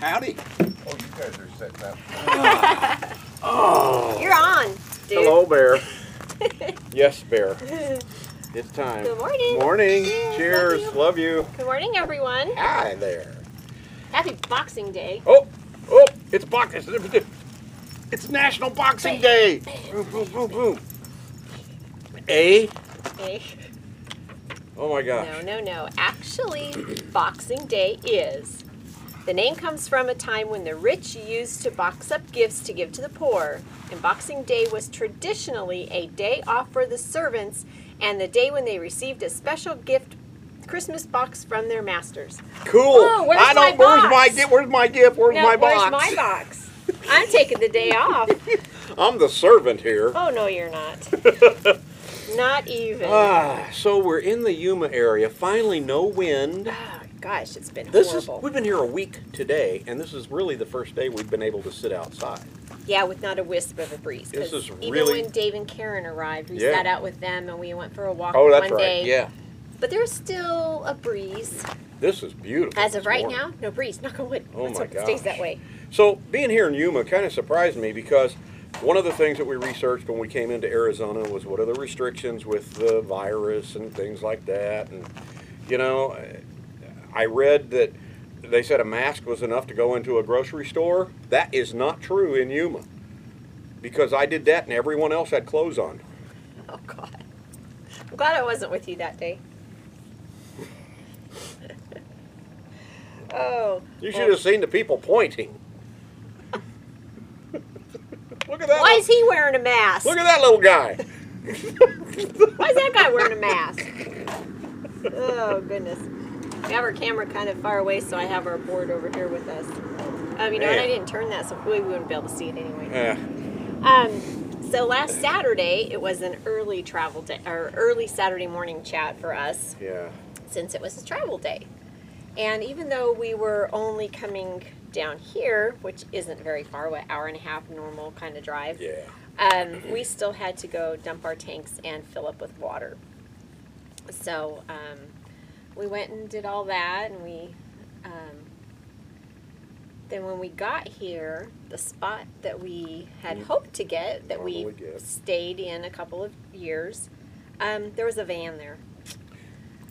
Howdy. Oh, you guys are setting up. You're on, dude. Oh. Hello, Bear. yes, Bear. It's time. Good morning. Morning. Cheers. Cheers. Love you. Good morning, everyone. Hi there. Happy Boxing Day. Oh, oh, it's box. It's, it's National Boxing Day. Boom, boom, boom, boom. A. Okay. Oh my gosh. No, no, no. Actually, Boxing Day is. The name comes from a time when the rich used to box up gifts to give to the poor. And Boxing Day was traditionally a day off for the servants and the day when they received a special gift Christmas box from their masters. Cool. Oh, where's I don't. my where's my box? gift? Where's my gift? Where's Now, my where's box? my box? I'm taking the day off. I'm the servant here. Oh, no, you're not. not even. Ah, so we're in the Yuma area. Finally, no wind. Oh, gosh, it's been This is. horrible. We've been here a week today, and this is really the first day we've been able to sit outside. yeah, with not a wisp of a breeze. 'cause This is even really- when Dave and Karen arrived, we Yeah. sat out with them and we went for a walk Oh, that's one right. day. Yeah. But there's still a breeze. This is beautiful. As of this right morning. now, no breeze. Knock on wood. Oh, Let's my hope it stays gosh. that way. So being here in Yuma kind of surprised me because one of the things that we researched when we came into Arizona was what are the restrictions with the virus and things like that. And you know, I read that they said a mask was enough to go into a grocery store. That is not true in Yuma because I did that and everyone else had clothes on. Oh, God. I'm glad I wasn't with you that day. oh. You well, should have seen the people pointing. Look at that. Why li- is he wearing a mask? Look at that little guy. Why is that guy wearing a mask? Oh goodness. We have our camera kind of far away, so I have our board over here with us. Um, you know, and I Man. didn't turn that, so we wouldn't be able to see it anyway. Eh. Um, so last Saturday, it was an early travel day, or early Saturday morning chat for us yeah. since it was a travel day. And even though we were only coming down here, which isn't very far, what hour and a half normal kind of drive, Yeah. um, we still had to go dump our tanks and fill up with water. So um, we went and did all that, and we um, then when we got here, the spot that we had hoped to get that we Normally get. stayed in a couple of years, um, there was a van there.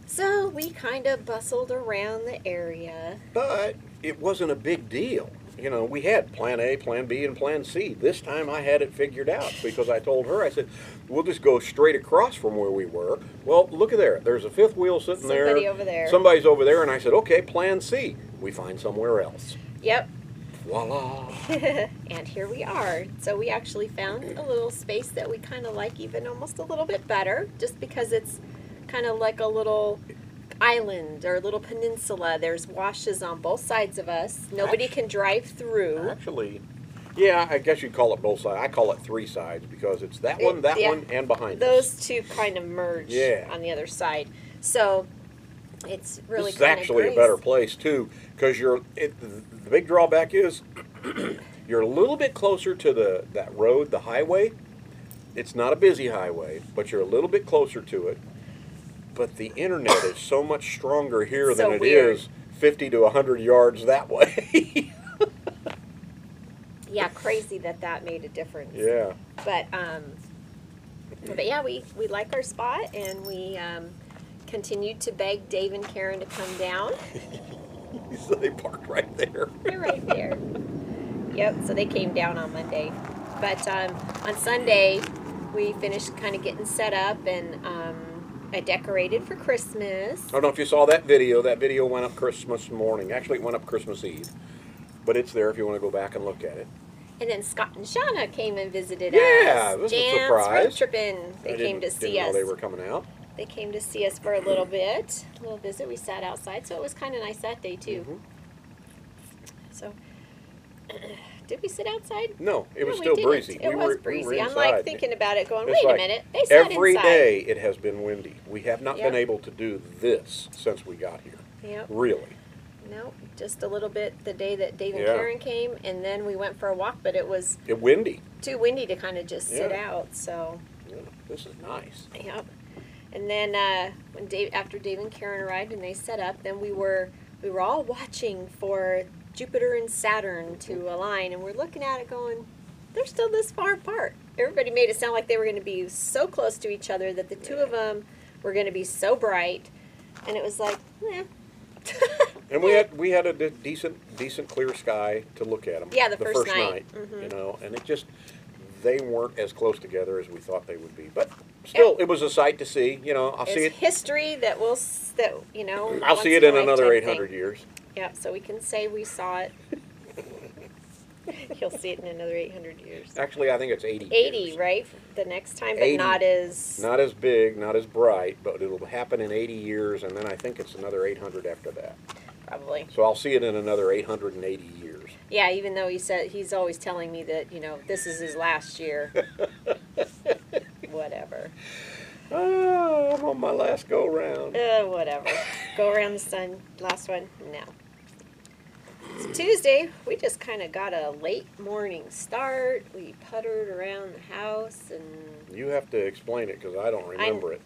So we kind of bustled around the area. But it wasn't a big deal. You know, we had plan A, plan B, and plan C. This time I had it figured out because I told her, I said, we'll just go straight across from where we were. Well, look at there. There's a fifth wheel sitting there. Somebody over there. Somebody's over there. And I said, okay, plan C. We find somewhere else. Yep, Voila. And here we are. So we actually found a little space that we kind of like even almost a little bit better just because it's kind of like a little island or a little peninsula. There's washes on both sides of us. Nobody can drive through. Actually, yeah, I guess you'd call it both sides. I call it three sides because it's that one, that Yeah. one, and behind us. Those two kind of merge Yeah. on the other side. So it's really this is kinda actually nice. a better place too because you're it, the the big drawback is you're a little bit closer to the that road the highway it's not a busy highway but you're a little bit closer to it but the internet is so much stronger here So than it weird. is 50 to 100 yards that way Yeah, crazy that that made a difference. yeah But um, but yeah, we we like our spot, and we um, continued to beg Dave and Karen to come down. so they parked right there They're right there. Yep. So they came down on Monday, but um, on Sunday we finished kind of getting set up, and um, I decorated for Christmas. I don't know if you saw that video. That video went up Christmas morning. Actually, it went up Christmas Eve. But it's there if you want to go back and look at it. And then Scott and Shauna came and visited Yeah, us. this was a Jam's surprise. road tripping. They I came to didn't- see didn't know us. they were coming out. They came to see us for a little bit, a little visit. We sat outside, so it was kind of nice that day too. Mhm. So, did we sit outside? No, it was No, we still didn't. breezy. It we was were, breezy. We were I'm like inside. thinking about it, going, It's wait like a minute. They sat Every inside. day it has been windy. We have not Yep. been able to do this since we got here. Yep. Really. No, just a little bit the day that Dave and Yeah. Karen came, and then we went for a walk, but it was It windy. too windy to kind of just sit Yeah. out. So, Yeah, this is nice. Yep. And then uh, when Dave, after Dave and Karen arrived and they set up, then we were we were all watching for Jupiter and Saturn to align, and we're looking at it going, they're still this far apart. Everybody made it sound like they were going to be so close to each other that the two of them were going to be so bright, and it was like, eh. And we had we had a de- decent decent clear sky to look at them. Yeah, the first night. Mm-hmm. You know, and it just they weren't as close together as we thought they would be, but still, it was a sight to see. You know, I'll see it. it's history that will s- that you know. I'll once see it in a another lifetime eight thing. hundred years. Yep. So we can say we saw it. You'll see it in another eight hundred years. Actually, I think it's eighty. Eighty, years. right? The next time, but 80. not as Not as big, not as bright, but it'll happen in eighty years, and then I think it's another eight hundred after that. probably. So I'll see it in another eight hundred and eighty years. Yeah. Even though he said he's always telling me that you know this is his last year. whatever. Ah, I'm on my last go round. Uh, whatever. Go around the sun. Last one. No. So Tuesday, we just kind of got a late morning start. We puttered around the house and You have to explain it because I don't remember it.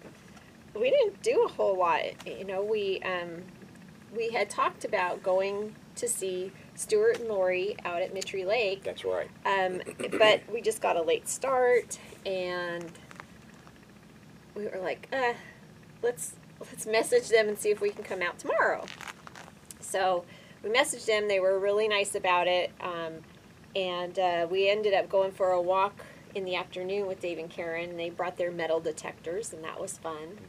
we didn't do a whole lot. You know, we um, we had talked about going to see Stuart and Lori out at Mitry Lake, That's right. um, but we just got a late start, and we were like, uh, let's let's message them and see if we can come out tomorrow. So we messaged them. They were really nice about it, um, and uh, we ended up going for a walk in the afternoon with Dave and Karen. They brought their metal detectors, and that was fun.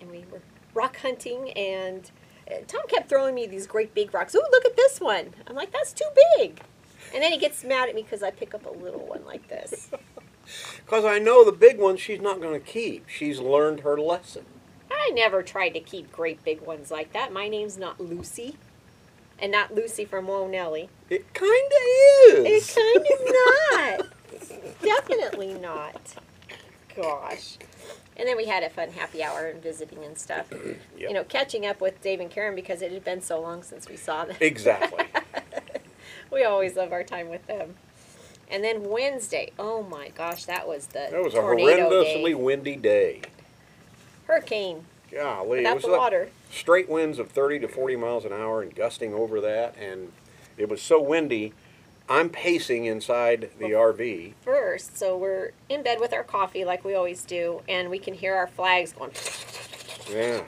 And we were rock hunting, and uh, Tom kept throwing me these great big rocks. Ooh, look at this one! I'm like, that's too big. And then he gets mad at me because I pick up a little one like this. Because I know the big one she's not going to keep. She's learned her lesson. I never tried to keep great big ones like that. My name's not Lucy, and not Lucy from Whoa Nelly. It kind of It is. kind of not. Definitely not. Gosh. And then we had a fun happy hour and visiting and stuff. Yep. You know, catching up with Dave and Karen because it had been so long since we saw them. Exactly. we always love our time with them. And then Wednesday, oh my gosh, that was the That was a tornado horrendously day. windy day. hurricane Golly, it without was the like water. straight winds of 30 to 40 miles an hour and gusting over that, and it was so windy. I'm pacing inside the Oh. RV. first, so we're in bed with our coffee like we always do, and we can hear our flags going. Yeah,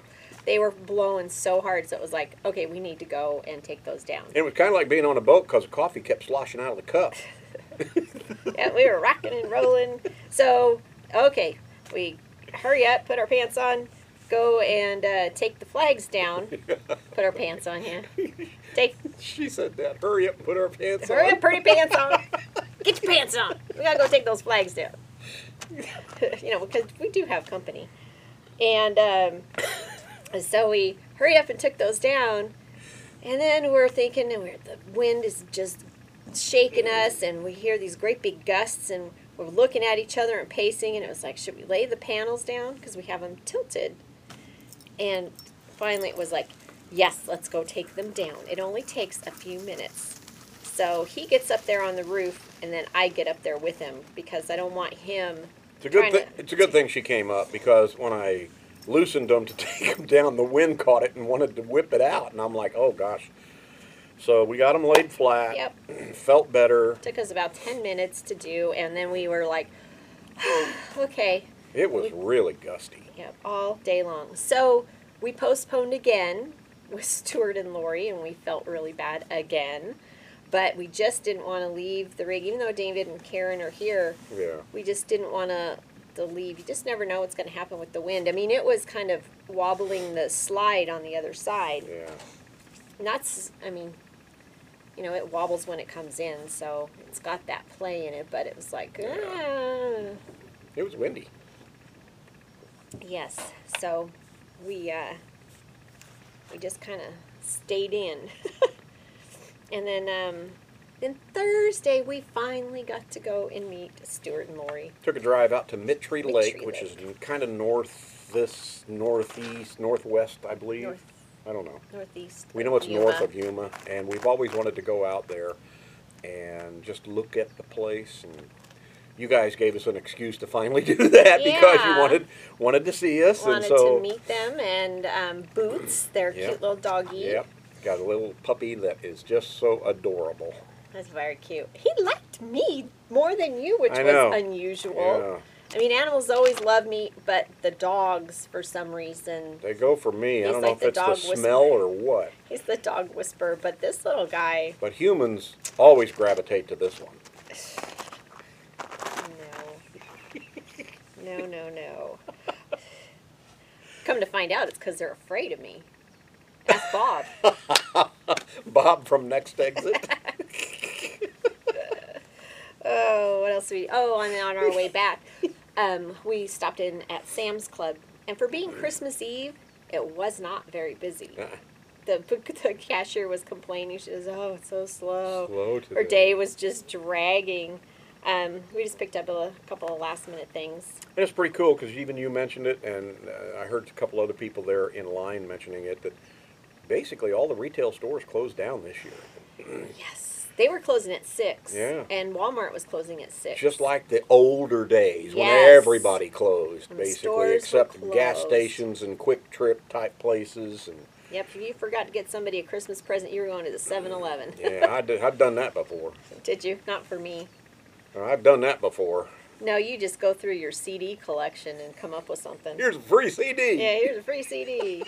They were blowing so hard, so it was like, okay, we need to go and take those down. it was kind of like being on a boat because the coffee kept sloshing out of the cup. yeah, we were rocking and rolling. So, okay, we hurry up, put our pants on, go and uh, take the flags down, put our pants on, yeah. Take, She said that. Hurry up, and put our pants hurry on. up, pretty pants on. Get your pants on. We gotta go take those flags down. you know, because we do have company. And um, so we hurried up and took those down. And then we're thinking, and we're, the wind is just shaking us, and we hear these great big gusts, and we're looking at each other and pacing. And it was like, should we lay the panels down? Because we have them tilted. And finally, it was like, yes, let's go take them down. It only takes a few minutes. So he gets up there on the roof, and then I get up there with him because I don't want him. It's a good. trying Th- to- it's a good thing she came up because when I loosened them to take them down, the wind caught it and wanted to whip it out, and I'm like, oh gosh. So we got them laid flat. Felt better. took us about 10 minutes to do and then we were like okay It was really gusty. yep all day long so we postponed again with stuart and lori and we felt really bad again but we just didn't want to leave the rig even though david and karen are here Yeah. we just didn't want to to leave you just never know what's going to happen with the wind i mean it was kind of wobbling the slide on the other side Yeah. not s- i mean you know it wobbles when it comes in so it's got that play in it but it was like ah. It was windy. yes so we uh we just kind of stayed in and then um then thursday we finally got to go and meet stuart and lori Took a drive out to Mitry Lake, Mitry which Lake. is kind of north, this northeast, northwest, I believe. North. I don't know. northeast We know it's Yuma. north of Yuma, and we've always wanted to go out there and just look at the place. And you guys gave us an excuse to finally do that because you Yeah. wanted wanted to see us, wanted and so to meet them and um, boots their Yep. cute little doggy yep, got a little puppy that is just so adorable. That's very cute. He liked me more than you, which I know. was unusual. I mean, animals always love me, but the dogs, for some reason, They go for me. I He's like don't know if the it's the dog whisperer. smell or what, he's the dog whisperer. But this little guy, but humans always gravitate to this one. no, no, no, no. Come to find out, it's because they're afraid of me. Ask Bob. Bob from Next Exit. Oh, what else we? Oh, on on our way back, um, we stopped in at Sam's Club, and for being Christmas Eve, it was not very busy. Uh-uh. The, the cashier was complaining. She says, "Oh, it's so slow." Slow today. Her day was just dragging. Um, we just picked up a couple of last minute things. And it's pretty cool because even you mentioned it, and uh, I heard a couple other people there in line mentioning it that basically all the retail stores closed down this year, Yes, they were closing at six. Yeah. And Walmart was closing at six. just like the older days when Yes. everybody closed, And stores basically, were except gas closed. stations and quick trip type places. And Yep. If you forgot to get somebody a Christmas present, you were going to the 7-Eleven. yeah, I did, I've done that before. Did you? Not for me. I've done that before. No, you just go through your CD collection and come up with something. Here's a free CD. yeah, here's a free CD.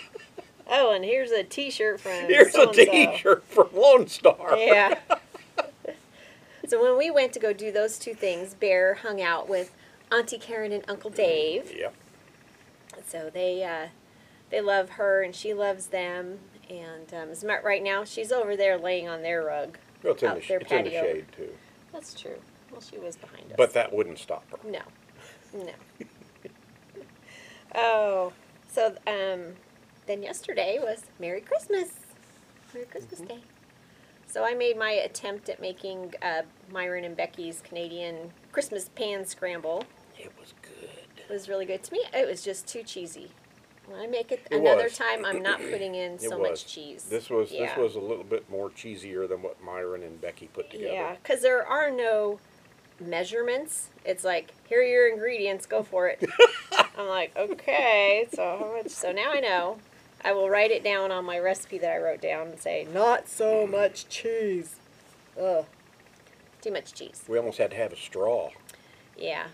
oh, and here's a T-shirt from Here's a so-and-so. T-shirt from Lone Star. Yeah. so when we went to go do those two things, Bear hung out with Auntie Karen and Uncle Dave. Yep. So they uh, they love her and she loves them. And um, as a matter right now, she's over there laying on their rug. Well, it's in, Out the, sh- their it's in the patio. shade too, That's true. Well, she was behind us. but that wouldn't stop her. No, no. oh, so um, then yesterday was Merry Christmas, Merry Christmas Mm-hmm. Day. So I made my attempt at making uh, Myron and Becky's Canadian Christmas pan scramble. It was good. It was really good to me. It was just too cheesy. When I make it, It another was. time, I'm not putting in It so was. much cheese. This was this Yeah. was a little bit more cheesier than what Myron and Becky put together. Yeah, because there are no measurements. It's like, here are your ingredients, go for it. I'm like, okay, so how much? So now I know. I will write it down on my recipe that I wrote down and say, not so much cheese. Ugh. Too much cheese. We almost had to have a straw. Yeah.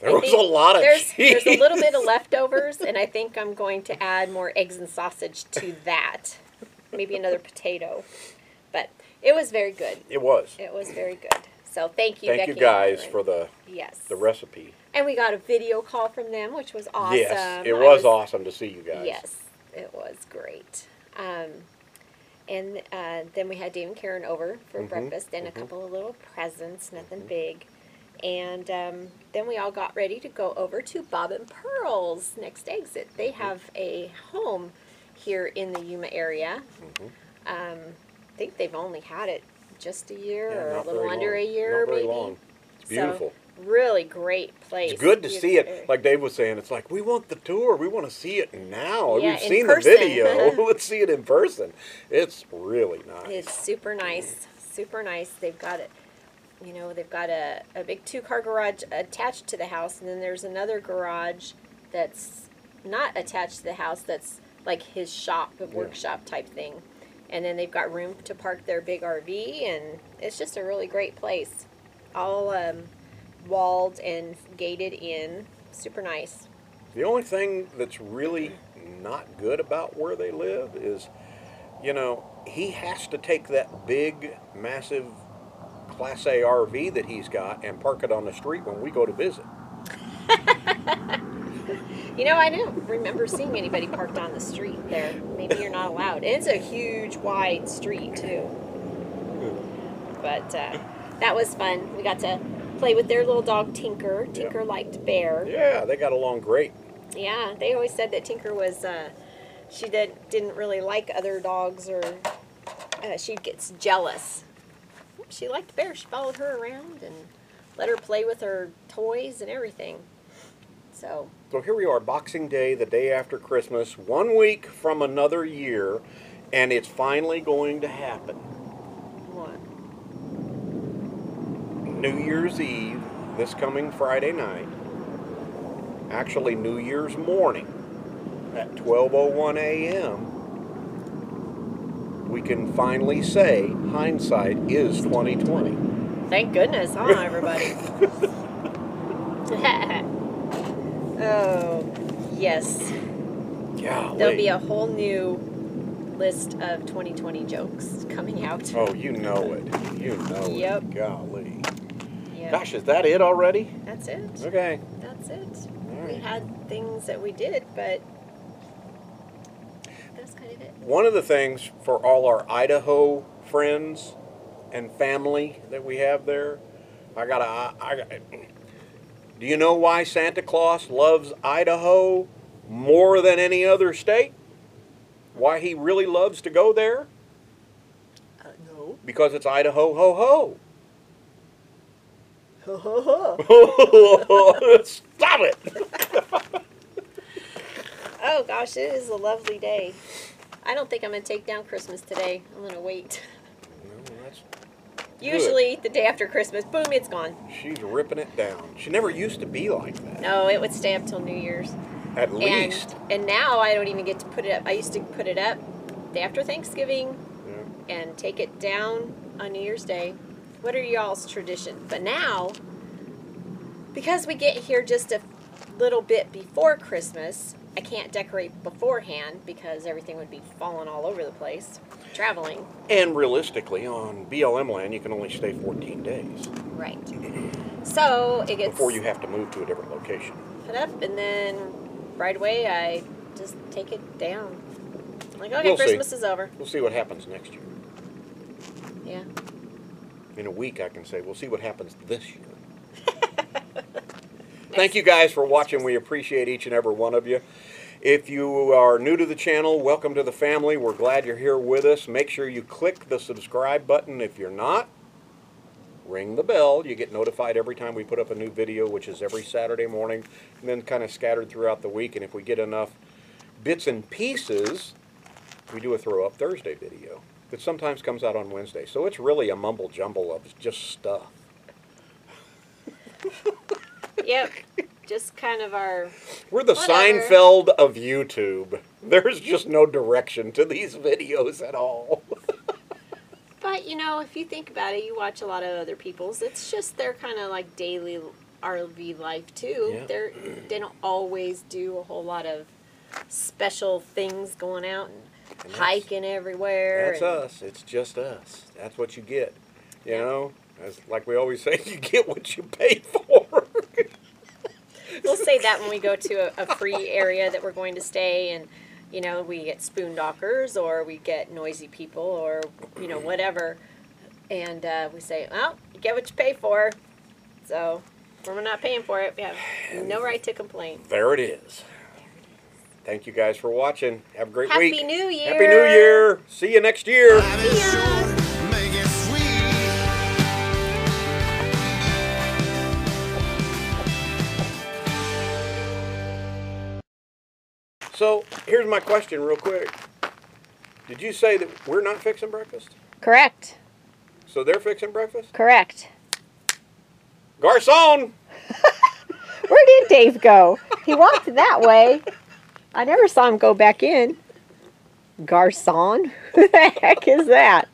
There I was a think lot of there's, cheese. There's a little bit of leftovers, and I think I'm going to add more eggs and sausage to that. Maybe another potato. But it was very good. It was. It was very good. So thank you, Thank Becky you guys and for the Aaron. yes, the recipe. and we got a video call from them, which was awesome. Yes, it I was, awesome to see you guys. Yes, it was great. Um, and uh, then we had Dave and Karen over for Mm-hmm, breakfast and a couple of little presents, nothing big. And um, then we all got ready to go over to Bob and Pearl's next exit. They Mm-hmm. have a home here in the Yuma area. Mm-hmm. Um, I think they've only had it just a year Yeah, or a not little very under a long. year, Not very maybe. long. It's So, beautiful. really great place. it's good to see Beautiful area. it. Like Dave was saying, it's like we want the tour. We want to see it now. Yeah, We've in seen person. the video. Let's see it in person. It's really nice. It's super nice, super nice. They've got it, you know, they've got a, a big two car garage attached to the house, and then there's another garage that's not attached to the house that's like his shop, a workshop type thing. And then they've got room to park their big RV, and it's just a really great place. All um, walled and gated in. Super nice. The only thing that's really not good about where they live is, you know, he has to take that big, massive Class A RV that he's got and park it on the street when we go to visit. You know, I don't remember seeing anybody parked on the street there. Maybe you're not allowed. It's a huge, wide street, too. But uh, that was fun. We got to play with their little dog, Tinker. Tinker liked Bear. Yeah. Yeah, they got along great. they always said that Tinker was, uh, she did, didn't really like other dogs or uh, she gets jealous. She liked Bear. She followed her around and let her play with her toys and everything. So, So here we are, Boxing Day, the day after Christmas, one week from another year, and it's finally going to happen. one. New Year's Eve, this coming Friday night, actually New Year's oh morning at 12:01 a.m. We can finally say hindsight is 2020. Thank goodness, huh, everybody? oh, yes. Yeah. There'll be a whole new list of 2020 jokes coming out. Oh, you know it. You know Yep. it. Golly. Yeah. Gosh, is that it already? That's it. Okay. That's it. We Alright. had things that we did, but that's kind of it. One of the things for all our Idaho friends and family that we have there, I gotta, I, I gotta- do you know why Santa Claus loves Idaho more than any other state? Why he really loves to go there? Uh, no. Because it's Idaho ho ho. Ho ho ho. Stop it! Oh gosh, it is a lovely day. I don't think I'm gonna take down Christmas today. I'm gonna wait. No, that's, Usually the day after Christmas, boom, it's gone. she's ripping it down. She never used to be like that. No, it would stay up till New Year's. At least. And and now I don't even get to put it up. I used to put it up day after Thanksgiving Yeah. and take it down on New Year's Day. What are y'all's tradition? But now, because we get here just a little bit before Christmas, I can't decorate beforehand because everything would be falling all over the place. Traveling. And realistically, on BLM land, you can only stay 14 days Right. So it gets before you have to move to a different location. put up, and then right away I just take it down. Like okay, We'll see. Christmas is over. We'll see what happens next year. Yeah. In a week, I can say, we'll see what happens this year. Thank you guys for watching. We appreciate each and every one of you. If you are new to the channel, welcome to the family. We're glad you're here with us. Make sure you click the subscribe button. If you're not, ring the bell. You get notified every time we put up a new video, which is every Saturday morning, and then kind of scattered throughout the week. And if we get enough bits and pieces, we do a throw up Thursday video that sometimes comes out on Wednesday. So it's really a mumble jumble of just stuff. Yep. Just kind of our We're the Whatever. Seinfeld of YouTube. There's just no direction to these videos at all. But you know, if you think about it, you watch a lot of other people's. It's just their kind of like daily RV life too. Yeah. They're they don't always do a whole lot of special things going out and, And that's- hiking everywhere. That's and- us. It's just us. That's what you get. You know, That's like we always say, you get what you pay for. We'll say that when we go to a, a free area that we're going to stay and you know, we get spoon dockers or we get noisy people or you know, whatever. And uh, we say, Well, you get what you pay for. So when we're not paying for it, we have no right to complain. there it is. Thank you guys for watching. Have a great Happy week. New Year. Happy New Year. See you next year. Life is short, make it sweet. So here's my question, real quick. Did you say that we're not fixing breakfast? Correct. So they're fixing breakfast? Correct. Garcon! Where did Dave go? He walked that way. I never saw him go back in. Garcon? Who the heck is that?